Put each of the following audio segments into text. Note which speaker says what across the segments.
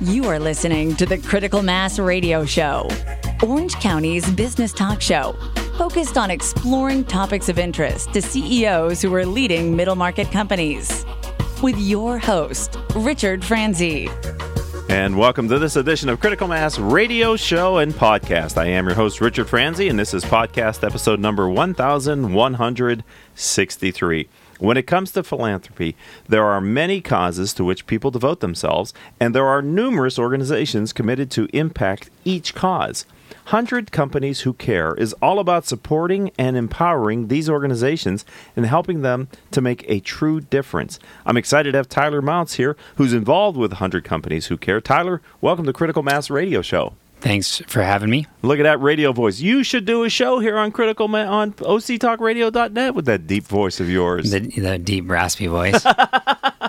Speaker 1: You are listening to the Critical Mass Radio Show, Orange County's business talk show, focused on exploring topics of interest to CEOs who are leading middle market companies. With your host, Richard Franzi.
Speaker 2: And welcome to this edition of Critical Mass Radio Show and Podcast. I am your host, Richard Franzi, and this is podcast episode number 1163. When it comes to philanthropy, there are many causes to which people devote themselves, and there are numerous organizations committed to impact each cause. 100 Companies Who Care is all about supporting and empowering these organizations and helping them to make a true difference. I'm excited to have Tyler Mounts here, who's involved with 100 Companies Who Care. Tyler, welcome to Critical Mass Radio Show.
Speaker 3: Thanks for having me.
Speaker 2: Look at that radio voice. You should do a show here on Critical Ma- on OCTalkRadio.net with that deep voice of yours.
Speaker 3: The, the deep, raspy voice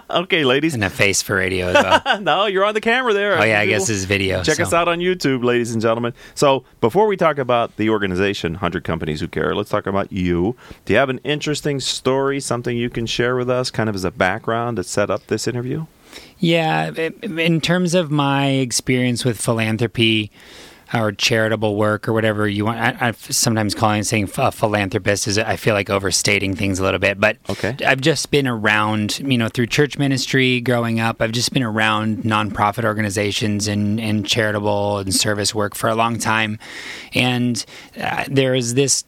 Speaker 2: okay, ladies.
Speaker 3: and a face for radio as well.
Speaker 2: No, you're on the camera there.
Speaker 3: Oh, yeah, I guess it's video.
Speaker 2: Check
Speaker 3: so-
Speaker 2: us out on YouTube, ladies and gentlemen. So, before we talk about the organization, 100 Companies Who Care, let's talk about you. Do you have an interesting story, something you can share with us, kind of as a background to set up this interview?
Speaker 3: Yeah, i- in terms of my experience with philanthropy or charitable work or whatever you want, I, I sometimes calling saying a philanthropist is I feel like overstating things a little bit, but
Speaker 2: Okay.
Speaker 3: I've just been around, you know, through church ministry growing up. I've just been around nonprofit organizations and, and charitable and service work for a long time, and uh, there is this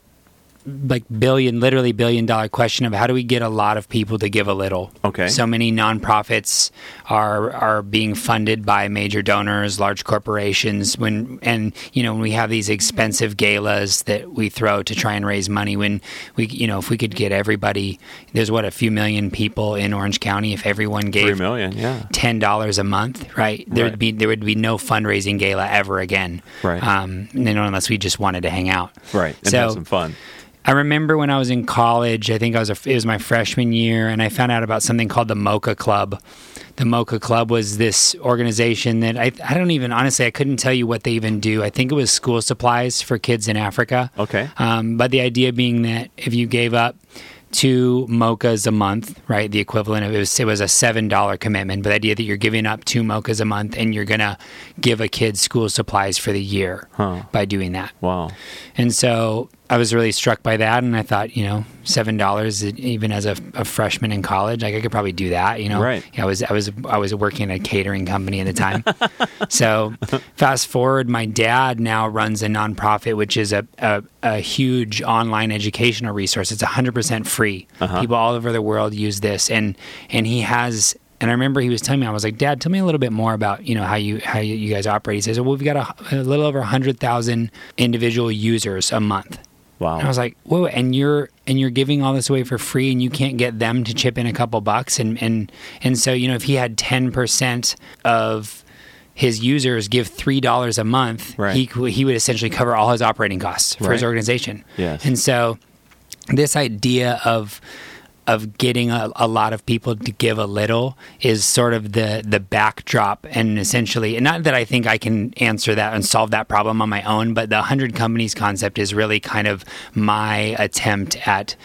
Speaker 3: like billion, literally billion dollar question of how do we get a lot of people to give a little?
Speaker 2: Okay.
Speaker 3: So many nonprofits are are being funded by major donors, large corporations. When and you know when we have these expensive galas that we throw to try and raise money, when we you know if we could get everybody, there's what a few million people in Orange County. If everyone
Speaker 2: Three
Speaker 3: gave
Speaker 2: million, yeah.
Speaker 3: ten dollars a month, right? There
Speaker 2: Right.
Speaker 3: would be there would be no fundraising gala ever again,
Speaker 2: Right.
Speaker 3: Um, you know, unless we just wanted to hang out,
Speaker 2: Right, and
Speaker 3: so
Speaker 2: have some fun.
Speaker 3: I remember when I was in college, I think I was a, it was my freshman year, and I found out about something called the Mocha Club. The Mocha Club was this organization that I, I don't even, honestly, I couldn't tell you what they even do. I think it was school supplies for kids in Africa.
Speaker 2: Okay.
Speaker 3: Um, but the idea being that if you gave up two mochas a month, right, the equivalent of it was, it was a $7 commitment, but the idea that you're giving up two mochas a month and you're going to give a kid school supplies for the year
Speaker 2: Huh.
Speaker 3: by doing that.
Speaker 2: Wow.
Speaker 3: And so I was really struck by that. And I thought, you know, seven dollars e-, even as a, a freshman in college, like I could probably do that. You know,
Speaker 2: Right.
Speaker 3: Yeah, I was I was I was working at a catering company at the time. so fast forward, my dad now runs a nonprofit, which is a a, a huge online educational resource. It's 100 percent free. People all over the world use this, and and he has. And I remember he was telling me, I was like, Dad, tell me a little bit more about you know how you how you you guys operate. He says, Well, we've got a, a little over hundred thousand individual users a month.
Speaker 2: Wow.
Speaker 3: And I was like, whoa, and you're and you're giving all this away for free and you can't get them to chip in a couple bucks and and, and so, you know, if he had ten percent of his users give three dollars a month,
Speaker 2: Right.
Speaker 3: he cou- he would essentially cover all his operating costs for his
Speaker 2: Right.
Speaker 3: organization.
Speaker 2: Yes.
Speaker 3: And so this idea of of getting a, a lot of people to give a little is sort of the the backdrop and essentially and not that I think I can answer that and solve that problem on my own but the 100 companies concept is really kind of my attempt at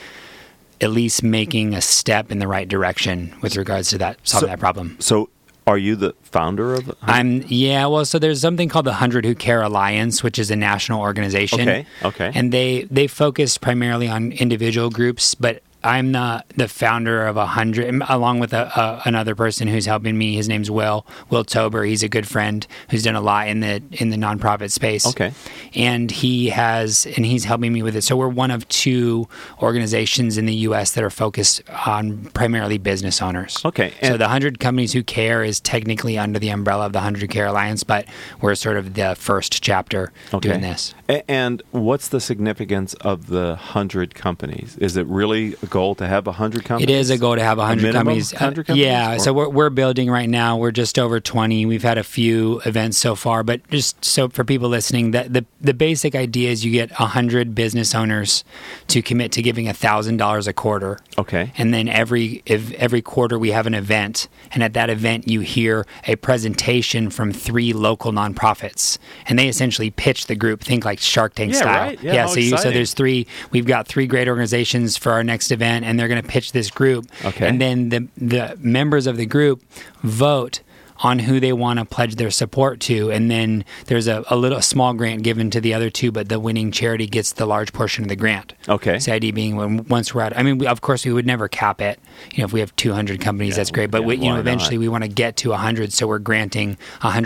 Speaker 3: at least making a step in the right direction with regards to that solving
Speaker 2: So-
Speaker 3: that problem.
Speaker 2: So, are you the founder of?
Speaker 3: I'm yeah, well, so there's something called the Hundred Who Care Alliance, which is a national organization.
Speaker 2: Okay, okay.
Speaker 3: And they they focus primarily on individual groups, but I'm the the founder of a hundred, along with a, a, another person who's helping me. His name's Will Will Tober. He's a good friend who's done a lot in the in the nonprofit space.
Speaker 2: Okay.
Speaker 3: And he has and he's helping me with it. So we're one of two organizations in the U.S. that are focused on primarily business owners
Speaker 2: Okay,
Speaker 3: so
Speaker 2: and-
Speaker 3: the 100 Companies Who Care is technically under the umbrella of the 100 Care Alliance, but we're sort of the first chapter doing this.
Speaker 2: A- and what's the significance of the hundred companies? Is it really a goal to have a hundred companies?
Speaker 3: It is a goal to have 100
Speaker 2: minimum
Speaker 3: companies. Uh,
Speaker 2: 100 companies,
Speaker 3: yeah,
Speaker 2: or-
Speaker 3: so we're, we're building right now. We're just over 20. We've had a few events so far, but just so for people listening, that the, the basic idea is you get 100 business owners to commit to giving $1,000 a quarter.
Speaker 2: Okay.
Speaker 3: and then every if, every quarter we have an event and at that event you hear a presentation from three local nonprofits and they essentially pitch the group think like shark tank
Speaker 2: Yeah,
Speaker 3: style
Speaker 2: right. Yeah, how
Speaker 3: so you so
Speaker 2: exciting.
Speaker 3: there's three we've got three great organizations for our next event and they're going to pitch this group
Speaker 2: Okay.
Speaker 3: and then the the members of the group vote on who they want to pledge their support to, and then there's a, a little a small grant given to the other two, but the winning charity gets the large portion of the grant.
Speaker 2: Okay.
Speaker 3: So the idea being when once we're at, I mean, we, of course we would never cap it. You know, if we have 200 companies, that's great. But
Speaker 2: yeah,
Speaker 3: we, you
Speaker 2: why
Speaker 3: know, eventually
Speaker 2: not?
Speaker 3: we want to get to 100, so we're granting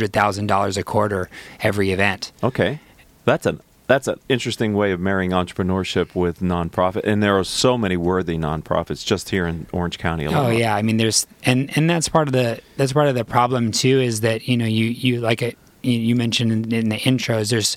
Speaker 3: $100,000 a quarter every event.
Speaker 2: Okay, that's an that's an interesting way of marrying entrepreneurship with nonprofit. And there are so many worthy nonprofits just here in Orange County alone.
Speaker 3: Oh yeah, I mean there's and and that's part of the that's part of the problem too is that you know you you like it you- you mentioned in, in the intros there's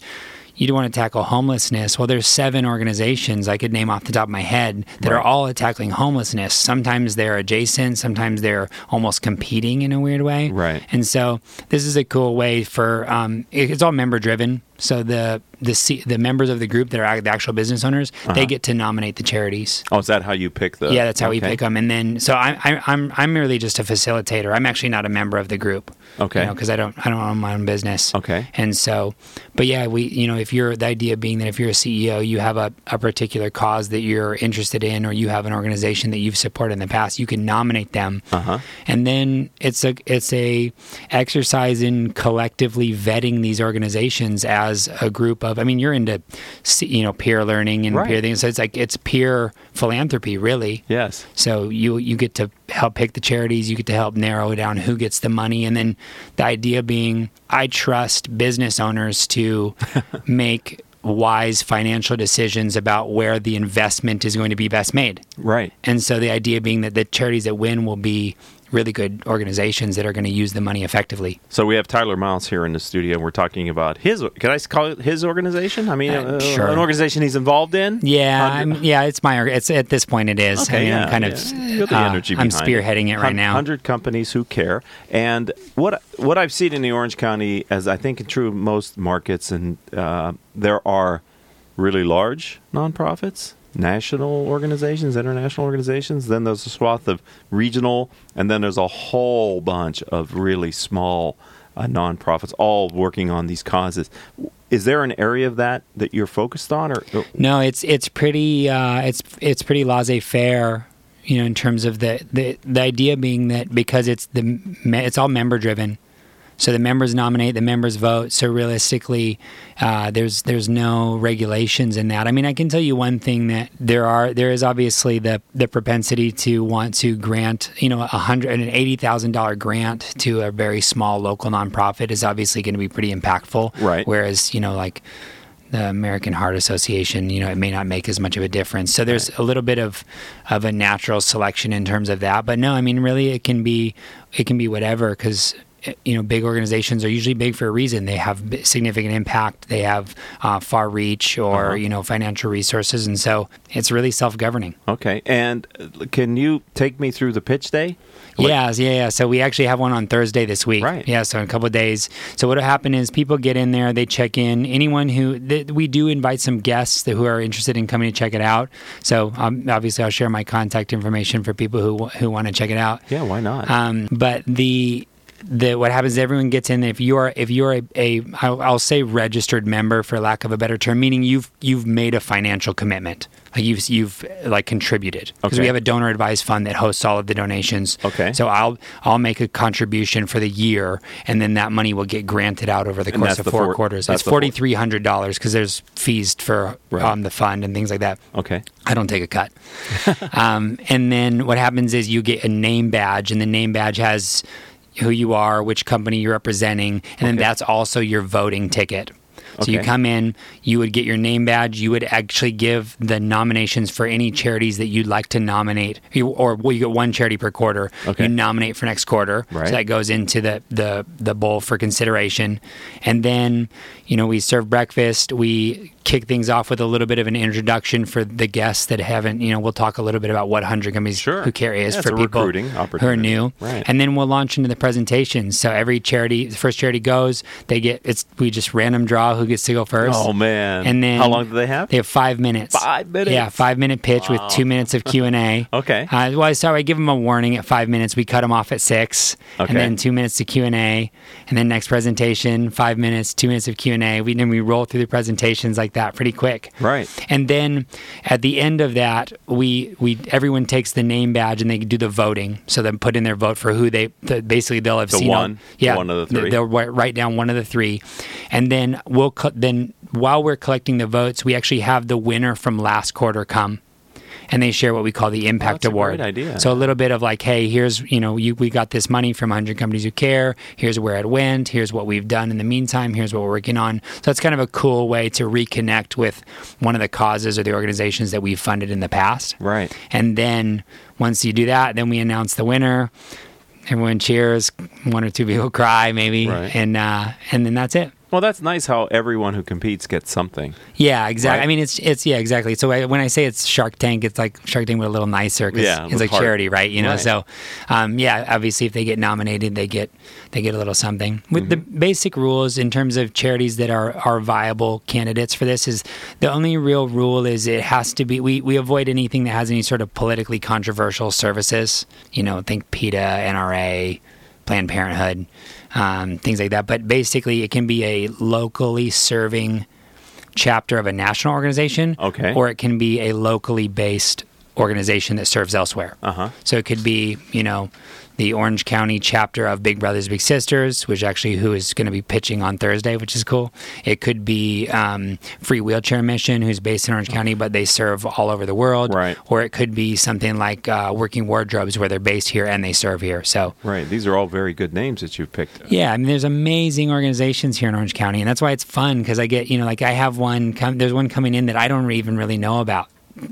Speaker 3: you do want to tackle homelessness. Well, there's seven organizations I could name off the top of my head that are
Speaker 2: Right.
Speaker 3: all tackling homelessness. Sometimes they're adjacent, sometimes they're almost competing in a weird way.
Speaker 2: Right.
Speaker 3: And so this is a cool way for um, it- it's all member driven. So the the C, the members of the group that are act- the actual business owners,
Speaker 2: Uh-huh.
Speaker 3: they get to nominate the charities.
Speaker 2: Oh, is that how you pick the?
Speaker 3: Yeah, that's how we
Speaker 2: okay.
Speaker 3: pick them. And then, so I, I, I'm I'm merely just a facilitator. I'm actually not a member of the group.
Speaker 2: Okay.
Speaker 3: You know, because I don't I don't own my own business.
Speaker 2: Okay.
Speaker 3: And so, but yeah, we you know if you're the idea being that if you're a CEO, you have a, a particular cause that you're interested in, or you have an organization that you've supported in the past, you can nominate them. Uh-huh. And then it's a it's a exercise in collectively vetting these organizations as a group of. I mean, you're into se- you know peer learning and
Speaker 2: Right.
Speaker 3: peer things, so it's like it's peer philanthropy really.
Speaker 2: Yes.
Speaker 3: So you you get to help pick the charities, you get to help narrow down who gets the money, and then the idea being, I trust business owners to make wise financial decisions about where the investment is going to be best made.
Speaker 2: Right.
Speaker 3: And so the idea being that the charities that win will be really good organizations that are going to use the money effectively.
Speaker 2: So we have Tyler Miles here in the studio. and We're talking about his. Can I call it his organization? I mean,
Speaker 3: Uh,
Speaker 2: uh,
Speaker 3: sure.
Speaker 2: an organization he's involved in.
Speaker 3: Yeah,
Speaker 2: Hundred-
Speaker 3: I'm, yeah, it's my it's at this point it is. I mean, I'm kind of
Speaker 2: Feel the
Speaker 3: uh,
Speaker 2: energy
Speaker 3: I'm
Speaker 2: behind
Speaker 3: spearheading it right now.
Speaker 2: Hundred companies who care, and what what I've seen in the Orange County, as I think in true of most markets, and uh, there are really large nonprofits, national organizations, international organizations. Then there's a swath of regional, and then there's a whole bunch of really small uh, nonprofits, all working on these causes. Is there an area of that that you're focused on, or, or
Speaker 3: No, it's it's pretty uh, it's it's pretty laissez faire, you know, in terms of the, the the idea being that because it's the me- it's all member driven, so the members nominate, the members vote. So realistically, uh, there's there's no regulations in that. I mean, I can tell you one thing that there are there is obviously the the propensity to want to grant you know a hundred an eighty thousand dollar grant to a very small local nonprofit is obviously going to be pretty impactful.
Speaker 2: Right.
Speaker 3: Whereas you know like the American Heart Association, you know, it may not make as much of a difference. So there's a little bit of of a natural selection in terms of that. But no, I mean, really, it can be it can be whatever because you know big organizations are usually big for a reason they have b- significant impact they have uh, far reach or
Speaker 2: Uh-huh.
Speaker 3: you know financial resources and so it's really self-governing
Speaker 2: okay? And uh, can you take me through the pitch day? Like-
Speaker 3: Yeah, yeah, yeah. So we actually have one on Thursday this week.
Speaker 2: Right.
Speaker 3: Yeah, so in a couple of days. So what'll happen is people get in there, they check in. Anyone who th- we do invite some guests that, who are interested in coming to check it out. So um, obviously, I'll share my contact information for people who who want to check it out.
Speaker 2: Yeah, why not?
Speaker 3: Um, but the the what happens is everyone gets in. If you are if you're a, a I'll, I'll say registered member for lack of a better term, meaning you've you've made a financial commitment, like you've you've like contributed
Speaker 2: Okay.
Speaker 3: because we have a donor advised fund that hosts all of the donations.
Speaker 2: Okay.
Speaker 3: so I'll I'll make a contribution for the year, and then that money will get granted out over the
Speaker 2: And
Speaker 3: course
Speaker 2: that's
Speaker 3: of
Speaker 2: the
Speaker 3: four,
Speaker 2: four-
Speaker 3: quarters.
Speaker 2: that's
Speaker 3: It's
Speaker 2: the four-
Speaker 3: forty three hundred dollars because there's fees for
Speaker 2: Right.
Speaker 3: um, the fund and things like that.
Speaker 2: okay.
Speaker 3: I don't take a cut. um, and then what happens is you get a name badge, and the name badge has who you are, which company you're representing, and then that's also your voting ticket. So you
Speaker 2: Okay.
Speaker 3: come in, you would get your name badge. You would actually give the nominations for any charities that you'd like to nominate, You- or well, you get one charity per quarter.
Speaker 2: Okay.
Speaker 3: You nominate for next quarter,
Speaker 2: Right.
Speaker 3: so that goes into the the the bowl for consideration, and then you know we serve breakfast. We kick things off with a little bit of an introduction for the guests that haven't. You know, we'll talk a little bit about what hundred companies
Speaker 2: Sure.
Speaker 3: who care is
Speaker 2: Yeah, it's
Speaker 3: for
Speaker 2: a
Speaker 3: people
Speaker 2: recruiting
Speaker 3: who are
Speaker 2: opportunity.
Speaker 3: new,
Speaker 2: Right.
Speaker 3: and then we'll launch into the presentations. So every charity, the first charity goes, they get it's we just random draw who gets to go first.
Speaker 2: Oh man!
Speaker 3: And then
Speaker 2: how long do they have?
Speaker 3: They have five minutes.
Speaker 2: Five minutes?
Speaker 3: Yeah, five minute pitch with two minutes of Q and A.
Speaker 2: Okay.
Speaker 3: Uh, well, sorry, I give them a warning at five minutes. We cut them off at six,
Speaker 2: Okay.
Speaker 3: and then two minutes to Q and A, and then next presentation, five minutes, two minutes of Q and A. We then we roll through the presentations like like that pretty quick.
Speaker 2: Right.
Speaker 3: And then at the end of that, we we everyone takes the name badge and they do the voting. So then put in their vote for who they the, basically they'll have
Speaker 2: The
Speaker 3: seen
Speaker 2: one,
Speaker 3: on- yeah,
Speaker 2: one of the
Speaker 3: th-
Speaker 2: three.
Speaker 3: They'll write, write down one of the three, and then we'll co- then while we're collecting the votes, we actually have the winner from last quarter come. And they share what we call the impact
Speaker 2: Oh, that's a
Speaker 3: award.
Speaker 2: great idea.
Speaker 3: So a little bit of like, hey, here's you know, you, we got this money from 100 companies who care. Here's where it went. Here's what we've done in the meantime. Here's what we're working on. So that's kind of a cool way to reconnect with one of the causes or the organizations that we've funded in the past.
Speaker 2: Right.
Speaker 3: And then once you do that, then we announce the winner. Everyone cheers. One or two people cry, maybe,
Speaker 2: Right.
Speaker 3: and uh, and then that's it.
Speaker 2: Well, that's nice how everyone who competes gets something.
Speaker 3: Yeah, exactly.
Speaker 2: Right?
Speaker 3: I mean, it's it's yeah, exactly. So I, when I say it's Shark Tank, it's like Shark Tank, but a little nicer because
Speaker 2: Yeah,
Speaker 3: it's like
Speaker 2: with heart.
Speaker 3: charity, right? You know,
Speaker 2: Right.
Speaker 3: so um, yeah, obviously, if they get nominated, they get they get a little something. With the
Speaker 2: Mm-hmm.
Speaker 3: basic rules in terms of charities that are are viable candidates for this is the only real rule is it has to be we we avoid anything that has any sort of politically controversial services. You know, think PETA, NRA. Planned Parenthood, um, things like that. But basically, it can be a locally serving chapter of a national organization,
Speaker 2: Okay.
Speaker 3: or it can be a locally based organization that serves elsewhere.
Speaker 2: Uh-huh.
Speaker 3: So it could be, you know, the Orange County chapter of Big Brothers Big Sisters, which actually who is going to be pitching on Thursday, which is cool. It could be um, Free Wheelchair Mission, who's based in Orange County, but they serve all over the world.
Speaker 2: Oh. Right.
Speaker 3: Or it could be something like uh, Working Wardrobes, where they're based here and they serve here. So
Speaker 2: Right. These are all very good names that you've picked.
Speaker 3: yeah, I mean, there's amazing organizations here in Orange County, and that's why it's fun because I get, you know, like I have one. Com- there's one coming in that I don't even really know about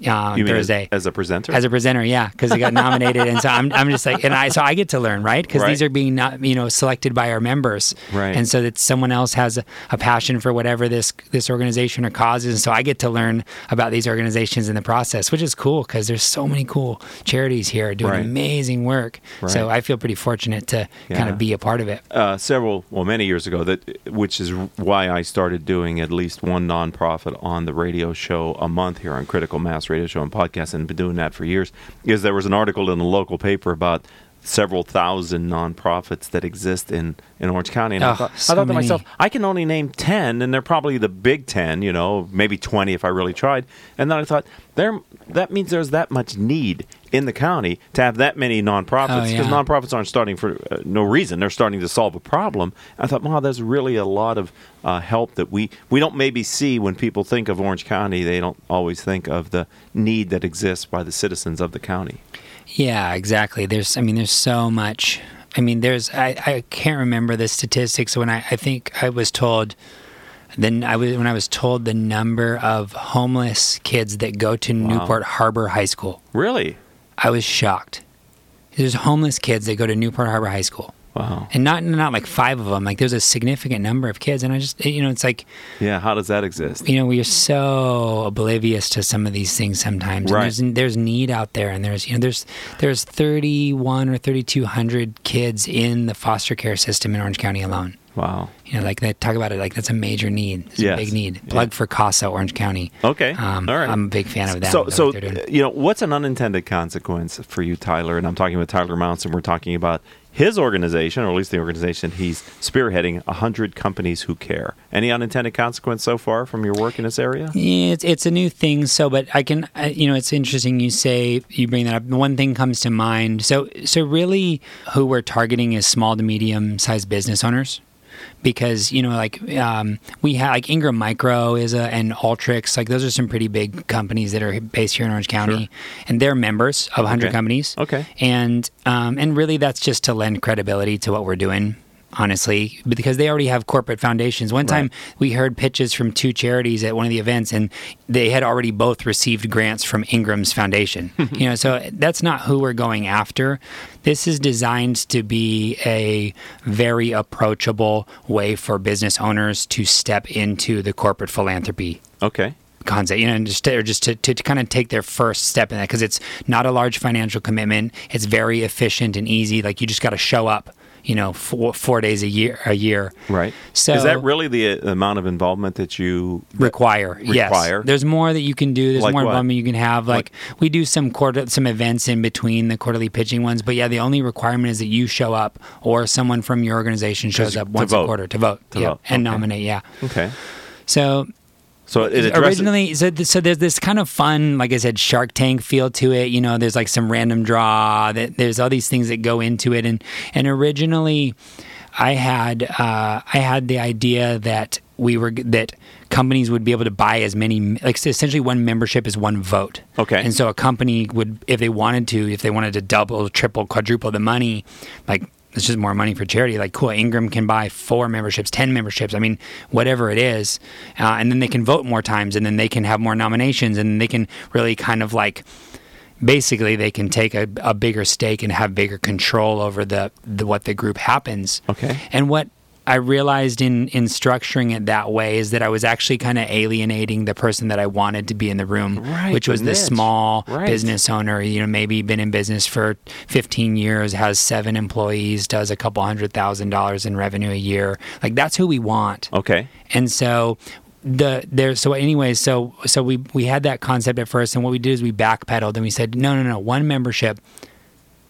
Speaker 3: uh, on
Speaker 2: You mean as-
Speaker 3: Thursday
Speaker 2: as a presenter?
Speaker 3: as a presenter, yeah, because they got nominated, and so I'm, I'm just like, and I so I get to learn, right? Because
Speaker 2: Right.
Speaker 3: these are being not, you know selected by our members,
Speaker 2: Right.
Speaker 3: And so that someone else has a, a passion for whatever this this organization or cause is, and so I get to learn about these organizations in the process, which is cool because there's so many cool charities here doing
Speaker 2: Right.
Speaker 3: amazing work. So
Speaker 2: Right.
Speaker 3: I feel pretty fortunate to kind
Speaker 2: Yeah.
Speaker 3: of be a part of it.
Speaker 2: uh, several, well, many years ago, that which is why I started doing at least one nonprofit on the radio show a month here on Critical Mass Radio Show and podcast, and been doing that for years. Is there was an article in the local paper about several thousand nonprofits that exist in, in Orange County, and I
Speaker 3: Oh,
Speaker 2: thought,
Speaker 3: so
Speaker 2: I thought to
Speaker 3: many.
Speaker 2: myself, I can only name ten, and they're probably the big ten, you know, maybe twenty if I really tried. And then I thought there that means there's that much need in the county to have that many nonprofits
Speaker 3: Oh,
Speaker 2: because
Speaker 3: yeah.
Speaker 2: nonprofits aren't starting for uh, no reason. They're starting to solve a problem. I thought, wow, there's really a lot of uh, help that we we don't maybe see when people think of Orange County. They don't always think of the need that exists by the citizens of the county.
Speaker 3: Yeah, exactly. There's, I mean, there's so much. I mean, there's, I, I can't remember the statistics when I, I think I was told, then I was, when I was told the number of homeless kids that go to Newport Harbor High School,
Speaker 2: Really?
Speaker 3: I was shocked. There's homeless kids that go to Newport Harbor High School.
Speaker 2: Wow.
Speaker 3: And not not like five of them. Like there's a significant number of kids, and I just you know it's like
Speaker 2: Yeah. How does that exist?
Speaker 3: you know we are so oblivious to some of these things sometimes
Speaker 2: Right.
Speaker 3: and there's there's need out there and there's you know there's there's 31 or 3200 kids in the foster care system in Orange County alone
Speaker 2: Wow.
Speaker 3: you know like they talk about it like that's a major need it's
Speaker 2: Yes.
Speaker 3: a big need
Speaker 2: Yeah.
Speaker 3: plug for CASA Orange County
Speaker 2: Okay.
Speaker 3: um,
Speaker 2: All right.
Speaker 3: I'm a big fan of that
Speaker 2: So,
Speaker 3: That's
Speaker 2: so
Speaker 3: what they're doing.
Speaker 2: you know, what's an unintended consequence for you, Tyler? And I'm talking with Tyler Mounts, and we're talking about his organization, or at least the organization he's spearheading, 100 Companies Who Care. Any unintended consequence so far from your work in this area?
Speaker 3: Yeah, it's it's a new thing. So, but I can, I, you know, it's interesting. You say you bring that up. One thing comes to mind. So, so really, who we're targeting is small to medium sized business owners, because you know, like um, we have like Ingram Micro is a and Alteryx. Like those are some pretty big companies that are based here in Orange County, and they're members of 100
Speaker 2: Okay.
Speaker 3: companies.
Speaker 2: Okay.
Speaker 3: And um, and really, that's just to lend credibility to what we're doing. Honestly, because they already have corporate foundations. One time we heard pitches from two charities at one of the events, and they had already both received grants from Ingram's foundation. you know, so that's not who we're going after. This is designed to be a very approachable way for business owners to step into the corporate philanthropy
Speaker 2: Okay.
Speaker 3: concept, you know, and just or just to, to, kind of take their first step in that because it's not a large financial commitment. It's very efficient and easy. Like you just got to show up, you know, four, four days a year a year.
Speaker 2: Right.
Speaker 3: So
Speaker 2: is that really the uh, amount of involvement that you
Speaker 3: require?
Speaker 2: Require?
Speaker 3: Yes. There's more that you can do. There's
Speaker 2: Like
Speaker 3: more
Speaker 2: what?
Speaker 3: involvement you can have. Like we do some quarter some events in between the quarterly pitching ones, but yeah, the only requirement is that you show up or someone from your organization shows
Speaker 2: To
Speaker 3: up once a
Speaker 2: vote.
Speaker 3: quarter to vote,
Speaker 2: To
Speaker 3: yeah,
Speaker 2: vote.
Speaker 3: and
Speaker 2: Okay.
Speaker 3: nominate. Yeah.
Speaker 2: Okay.
Speaker 3: So
Speaker 2: So it addresses
Speaker 3: originally so, th- so there's this kind of fun like i said shark tank feel to it you know there's like some random draw that there's all these things that go into it and and originally i had uh, i had the idea that we were g- that companies would be able to buy as many like so essentially one membership is one vote
Speaker 2: Okay.
Speaker 3: and so a company would if they wanted to if they wanted to double triple quadruple the money like it's just more money for charity like cool ingram can buy four memberships ten memberships i mean whatever it is uh, and then they can vote more times and then they can have more nominations and they can really kind of like basically they can take a, a bigger stake and have bigger control over the, the what the group happens
Speaker 2: Okay.
Speaker 3: and what I realized in in structuring it that way is that I was actually kind of alienating the person that I wanted to be in the room,
Speaker 2: Right,
Speaker 3: which was
Speaker 2: the
Speaker 3: the
Speaker 2: niche.
Speaker 3: small
Speaker 2: Right.
Speaker 3: business owner, you know, maybe been in business for 15 years, has 7 employees, does a couple hundred thousand dollars in revenue a year. Like that's who we want.
Speaker 2: okay.
Speaker 3: And so the there so anyway, so so we we had that concept at first and what we did is we backpedaled and we said, No, no, no, one membership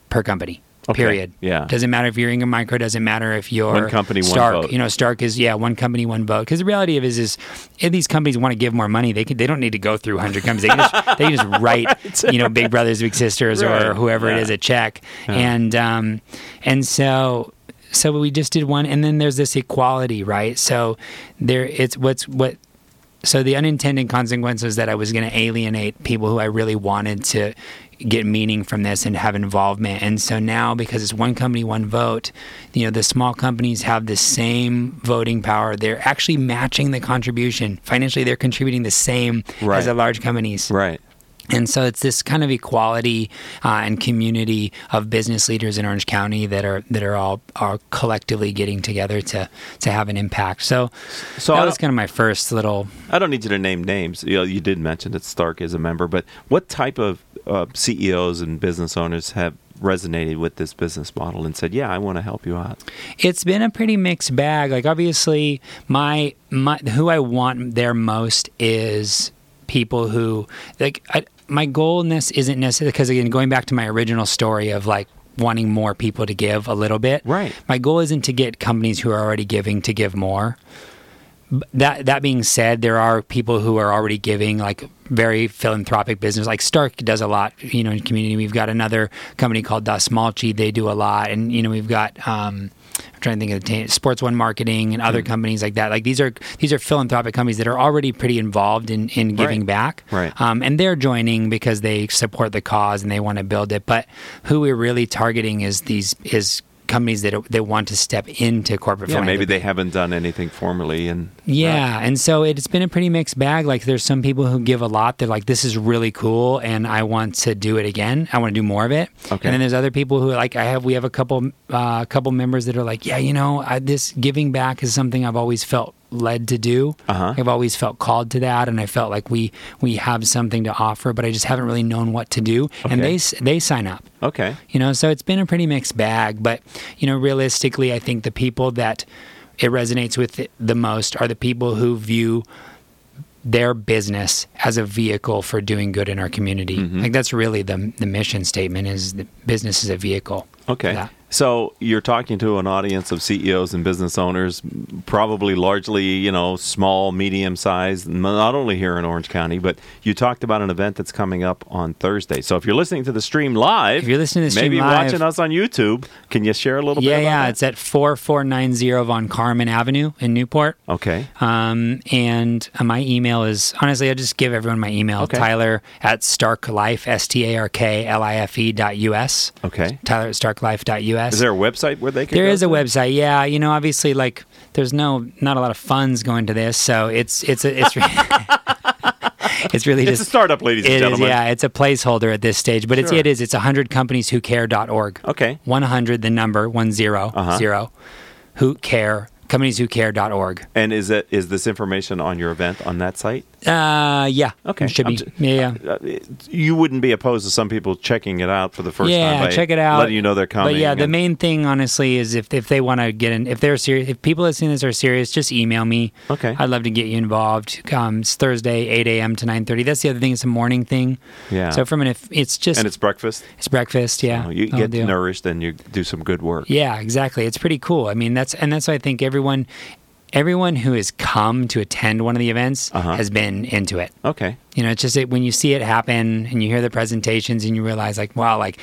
Speaker 3: per company.
Speaker 2: Okay,
Speaker 3: Period.
Speaker 2: yeah.
Speaker 3: Doesn't matter if you're Ingram Micro, doesn't matter if you're
Speaker 2: One company, one
Speaker 3: Stark.
Speaker 2: vote.
Speaker 3: You know, Stark is yeah, one company, one vote. Because the reality of it is is if these companies want to give more money, they can, they don't need to go through hundred companies. They can just they can just write you know, Big Brothers, Big Sisters or
Speaker 2: Right,
Speaker 3: whoever
Speaker 2: yeah.
Speaker 3: it is a check. And um and so so we just did one and then there's this equality, right? So there it's what's what so the unintended consequence was that I was going to alienate people who I really wanted to get meaning from this and have involvement. And so now, because it's one company, one vote, you know, the small companies have the same voting power. They're actually matching the contribution financially. They're contributing the same
Speaker 2: Right.
Speaker 3: as the large companies.
Speaker 2: Right.
Speaker 3: And so it's this kind of equality uh, and community of business leaders in Orange County that are that are all are collectively getting together to to have an impact. So,
Speaker 2: So I
Speaker 3: that was
Speaker 2: don't-
Speaker 3: kind of my first little
Speaker 2: I don't need you to name names. You, know, you did mention that Stark is a member, but what type of uh, CEOs and business owners have resonated with this business model and said, "Yeah, I want to help you out."
Speaker 3: it's been a pretty mixed bag. Like obviously, my my who I want there most is people who like I, my goal in this isn't necessarily because again going back to my original story of like wanting more people to give a little bit.
Speaker 2: Right.
Speaker 3: My goal isn't to get companies who are already giving to give more that that being said, there are people who are already giving like very philanthropic business. Like Stark does a lot, you know, in community. We've got another company called Das Malchi. They do a lot, and you know, we've got. Um, I'm trying to think of the ta- Sports One Marketing and
Speaker 2: Hmm.
Speaker 3: other companies like that. Like these are these are philanthropic companies that are already pretty involved in in giving
Speaker 2: Right.
Speaker 3: back,
Speaker 2: Right.
Speaker 3: Um, and they're joining because they support the cause and they want to build it. But who we're really targeting is these is companies that that want to step into corporate.
Speaker 2: Yeah, maybe
Speaker 3: philanthropy.
Speaker 2: they haven't done anything formally, and
Speaker 3: Yeah, and so it's been a pretty mixed bag. Like there's some people who give a lot. They're like, "This is really cool, and I want to do it again. I want to do more of it."
Speaker 2: Okay.
Speaker 3: And then there's other people who like I have. We have a couple, uh, couple members that are like, "Yeah, you know, I, this giving back is something I've always felt led to do.
Speaker 2: Uh-huh.
Speaker 3: I've always felt called to that, and I felt like we we have something to offer, but I just haven't really known what to do." And
Speaker 2: Okay.
Speaker 3: they s- they sign up
Speaker 2: okay,
Speaker 3: you know so it's been a pretty mixed bag but you know realistically i think the people that it resonates with it the most are the people who view their business as a vehicle for doing good in our community
Speaker 2: Mm-hmm.
Speaker 3: like that's really the the mission statement is the business is a vehicle for
Speaker 2: okay.
Speaker 3: that.
Speaker 2: So you're talking to an audience of CEOs and business owners, probably largely, you know, small, medium sized, not only here in Orange County, but you talked about an event that's coming up on Thursday. So if you're listening to the stream live,
Speaker 3: If you're listening to the stream
Speaker 2: maybe
Speaker 3: live-
Speaker 2: watching us on YouTube, can you share a little
Speaker 3: yeah
Speaker 2: bit? about
Speaker 3: yeah
Speaker 2: that?
Speaker 3: it's at 4490 von carmen avenue in newport
Speaker 2: okay.
Speaker 3: Um, and uh, my email is honestly, I just give everyone my email
Speaker 2: Okay.
Speaker 3: Tyler at starklife, S T A R K L I F E dot U S.
Speaker 2: Okay.
Speaker 3: Tyler at starklife.us.
Speaker 2: Is there a website where they can?
Speaker 3: there
Speaker 2: go
Speaker 3: is a
Speaker 2: to?
Speaker 3: website, yeah. You know, obviously, like there's no not a lot of funds going to this, so it's it's it's re- it's really
Speaker 2: It's
Speaker 3: just
Speaker 2: a startup, ladies and
Speaker 3: it is,
Speaker 2: gentlemen.
Speaker 3: yeah. It's a placeholder at this stage, but it's
Speaker 2: Sure.
Speaker 3: it is. It's 100companieswhocare.org.
Speaker 2: Okay.
Speaker 3: 100 the number one zero
Speaker 2: Uh-huh.
Speaker 3: zero. Who care? Companieswhocare.org.
Speaker 2: And is that is this information on your event on that site?
Speaker 3: Uh, yeah.
Speaker 2: Okay.
Speaker 3: It should
Speaker 2: I'm
Speaker 3: be.
Speaker 2: ju-
Speaker 3: yeah, yeah.
Speaker 2: Uh, it- You wouldn't be opposed to some people checking it out for the first time.
Speaker 3: Yeah,
Speaker 2: by
Speaker 3: check it out.
Speaker 2: Letting you know they're coming.
Speaker 3: But yeah, the
Speaker 2: and-
Speaker 3: main thing honestly is if, if they want to get in, if they're serious, if people listening to this are serious, just email me.
Speaker 2: Okay.
Speaker 3: I'd love to get you involved. Um, it's Thursday, eight a.m. to nine thirty. That's the other thing. It's a morning thing.
Speaker 2: Yeah.
Speaker 3: So from an if it's just
Speaker 2: and it's breakfast.
Speaker 3: it's breakfast. Yeah.
Speaker 2: Oh, you
Speaker 3: I'll
Speaker 2: get
Speaker 3: do.
Speaker 2: nourished and you do some good work.
Speaker 3: Yeah, exactly. It's pretty cool. I mean, that's and that's why I think everyone everyone who has come to attend one of the events
Speaker 2: Uh-huh.
Speaker 3: has been into it.
Speaker 2: Okay.
Speaker 3: You know, it's just that when you see it happen and you hear the presentations and you realize, like, wow, like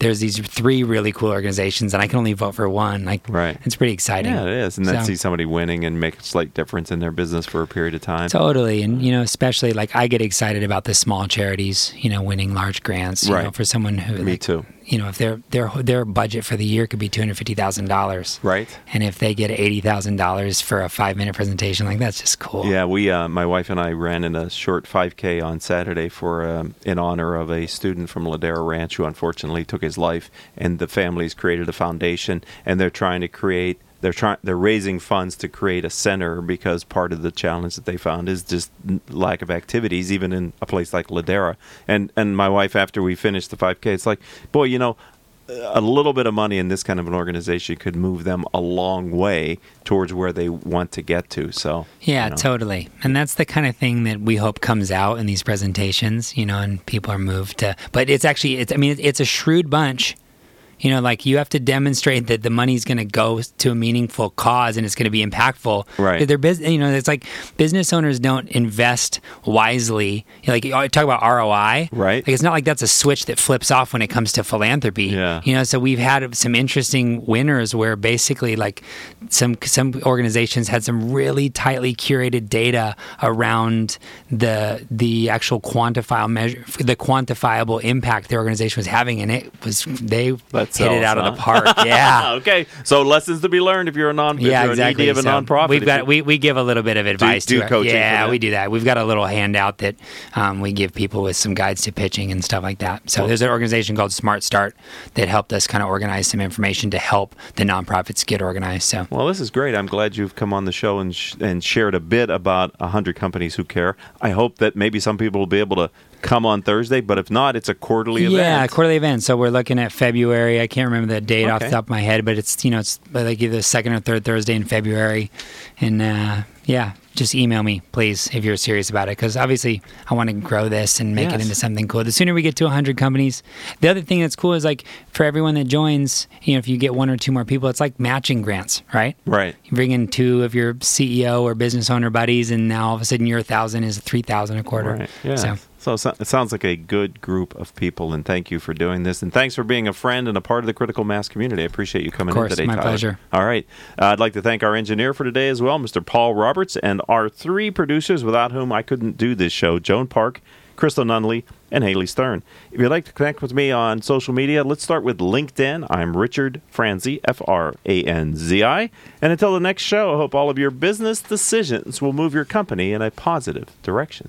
Speaker 3: there's these three really cool organizations and I can only vote for one. Like,
Speaker 2: Right.
Speaker 3: it's pretty exciting.
Speaker 2: Yeah, it is. And then
Speaker 3: So-
Speaker 2: see somebody winning and make a slight difference in their business for a period of time.
Speaker 3: Totally. And, you know, especially like I get excited about the small charities, you know, winning large grants, you
Speaker 2: Right.
Speaker 3: know, for someone who,
Speaker 2: Me
Speaker 3: like,
Speaker 2: too.
Speaker 3: you know, if their, their, their budget for the year could be $250,000.
Speaker 2: Right.
Speaker 3: And if they get $80,000 for a five minute presentation, like that's just cool.
Speaker 2: Yeah, we, uh, my wife and I ran in a short 5K on Saturday for um, in honor of a student from Ladera Ranch who unfortunately took his life, and the family's created a foundation, and they're trying to create. They're trying. They're raising funds to create a center because part of the challenge that they found is just n- lack of activities, even in a place like Ladera. And and my wife, after we finished the 5K, it's like, boy, you know, a little bit of money in this kind of an organization could move them a long way towards where they want to get to. So
Speaker 3: Yeah,
Speaker 2: you know.
Speaker 3: totally. And that's the kind of thing that we hope comes out in these presentations, you know, and people are moved to. But it's actually, it's, I mean, it- it's a shrewd bunch. You know, like you have to demonstrate that the money's going to go to a meaningful cause and it's going to be impactful.
Speaker 2: Right.
Speaker 3: That Their business, you know, it's like business owners don't invest wisely. Like you talk about ROI,
Speaker 2: Right.
Speaker 3: Like it's not like that's a switch that flips off when it comes to philanthropy.
Speaker 2: Yeah.
Speaker 3: You know, so we've had some interesting winners where basically like some some organizations had some really tightly curated data around the the actual quantifiable measure the quantifiable impact the organization was having and it was they
Speaker 2: Let's
Speaker 3: hit
Speaker 2: sell
Speaker 3: it out
Speaker 2: us,
Speaker 3: of the park. Yeah.
Speaker 2: okay. So lessons to be learned if you're a non if
Speaker 3: Yeah,
Speaker 2: you're an
Speaker 3: exactly.
Speaker 2: ED of a
Speaker 3: So
Speaker 2: nonprofit.
Speaker 3: We've got
Speaker 2: if you-
Speaker 3: we, we give a little bit of advice
Speaker 2: do
Speaker 3: to our-
Speaker 2: coaching for
Speaker 3: Yeah,
Speaker 2: that.
Speaker 3: we do that. We've got a little handout that um, we give people with some guides to pitching and stuff like that. So there's an organization called Smart Start that helped us kind of organize some information to help the nonprofits get organized. So
Speaker 2: well, this is great. I'm glad you've come on the show and sh- and shared a bit about 100 companies who care. I hope that maybe some people will be able to come on Thursday, but if not, it's a quarterly
Speaker 3: Yeah,
Speaker 2: event.
Speaker 3: quarterly event. So we're looking at February. I can't remember the date off the
Speaker 2: Okay.
Speaker 3: top of my head, but it's you know it's like either the second or third Thursday in February, and uh, yeah, just email me please if you're serious about it because obviously I want to grow this and make it
Speaker 2: Yes.
Speaker 3: into something cool. The sooner we get to 100 companies, the other thing that's cool is like for everyone that joins, you know, if you get one or two more people, it's like matching grants, right?
Speaker 2: Right.
Speaker 3: You bring in two of your CEO or business owner buddies, and now all of a sudden your thousand is three thousand a quarter.
Speaker 2: Right. Yeah.
Speaker 3: So.
Speaker 2: So, so it sounds like a good group of people, and thank you for doing this. And thanks for being a friend and a part of the critical mass community. I appreciate you coming
Speaker 3: Of course,
Speaker 2: in today,
Speaker 3: my
Speaker 2: Tyler.
Speaker 3: pleasure.
Speaker 2: All right. Uh, I'd like to thank our engineer for today as well, Mr. Paul Roberts, and our three producers without whom I couldn't do this show Joan Park, Crystal Nunley, and Haley Stern. If you'd like to connect with me on social media, let's start with LinkedIn. I'm Richard Franzi, F R A N Z I. And until the next show, I hope all of your business decisions will move your company in a positive direction.